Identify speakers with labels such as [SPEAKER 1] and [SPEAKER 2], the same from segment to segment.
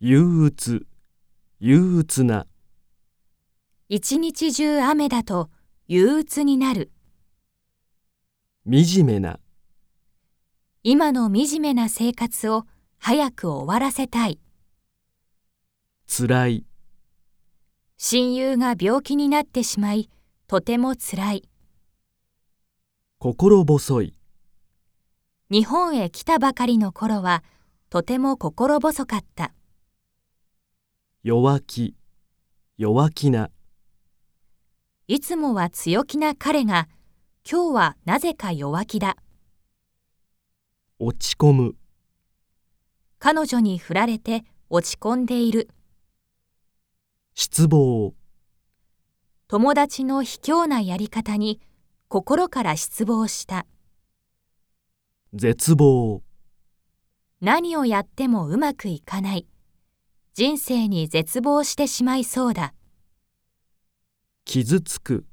[SPEAKER 1] 憂鬱、憂鬱な、
[SPEAKER 2] 一日中雨だと憂鬱になる。
[SPEAKER 1] 惨めな、
[SPEAKER 2] 今の惨めな生活を早く終わらせたい。
[SPEAKER 1] 辛い、
[SPEAKER 2] 親友が病気になってしまい、とても辛い。
[SPEAKER 1] 心細い、
[SPEAKER 2] 日本へ来たばかりの頃は、とても心細かった。
[SPEAKER 1] 弱気、弱気な、
[SPEAKER 2] いつもは強気な彼が、今日はなぜか弱気だ。
[SPEAKER 1] 落ち込む、
[SPEAKER 2] 彼女に振られて落ち込んでいる。
[SPEAKER 1] 失望、
[SPEAKER 2] 友達の卑怯なやり方に、心から失望した。
[SPEAKER 1] 絶望、
[SPEAKER 2] 何をやってもうまくいかない。人生に絶望してしまいそうだ。
[SPEAKER 1] 傷つく、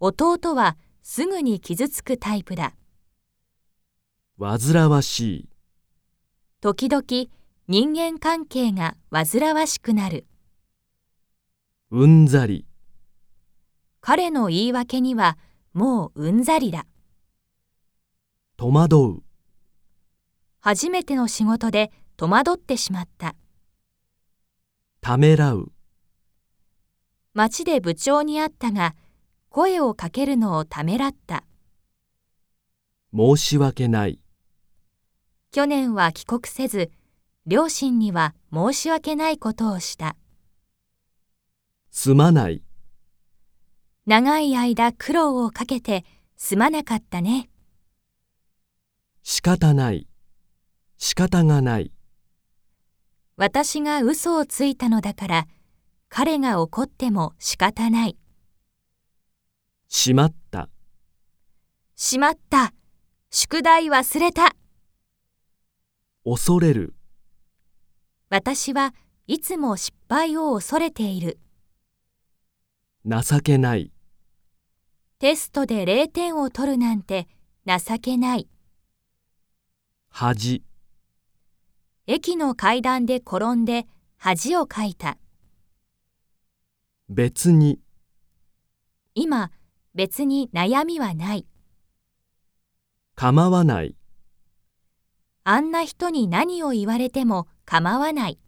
[SPEAKER 2] 弟はすぐに傷つくタイプだ。
[SPEAKER 1] 煩わしい、
[SPEAKER 2] 時々人間関係が煩わしくなる。
[SPEAKER 1] うんざり、
[SPEAKER 2] 彼の言い訳にはもううんざりだ。
[SPEAKER 1] 戸惑う、
[SPEAKER 2] 初めての仕事で戸惑ってしまった。
[SPEAKER 1] ためらう、
[SPEAKER 2] 街で部長に会ったが、声をかけるのをためらった。
[SPEAKER 1] 申し訳ない、
[SPEAKER 2] 去年は帰国せず、両親には申し訳ないことをした。
[SPEAKER 1] すまない、
[SPEAKER 2] 長い間苦労をかけてすまなかったね。
[SPEAKER 1] 仕方ない、仕方がない、
[SPEAKER 2] 私が嘘をついたのだから、彼が怒っても仕方ない。
[SPEAKER 1] しまった、
[SPEAKER 2] しまった宿題忘れた
[SPEAKER 1] 恐れる、
[SPEAKER 2] 私はいつも失敗を恐れている。
[SPEAKER 1] 情けない、
[SPEAKER 2] テストで0点を取るなんて情けない。
[SPEAKER 1] 恥、
[SPEAKER 2] 駅の階段で転んで恥をかいた。
[SPEAKER 1] 別に、
[SPEAKER 2] 今、別に悩みはない。
[SPEAKER 1] 構わない、
[SPEAKER 2] あんな人に何を言われても構わない。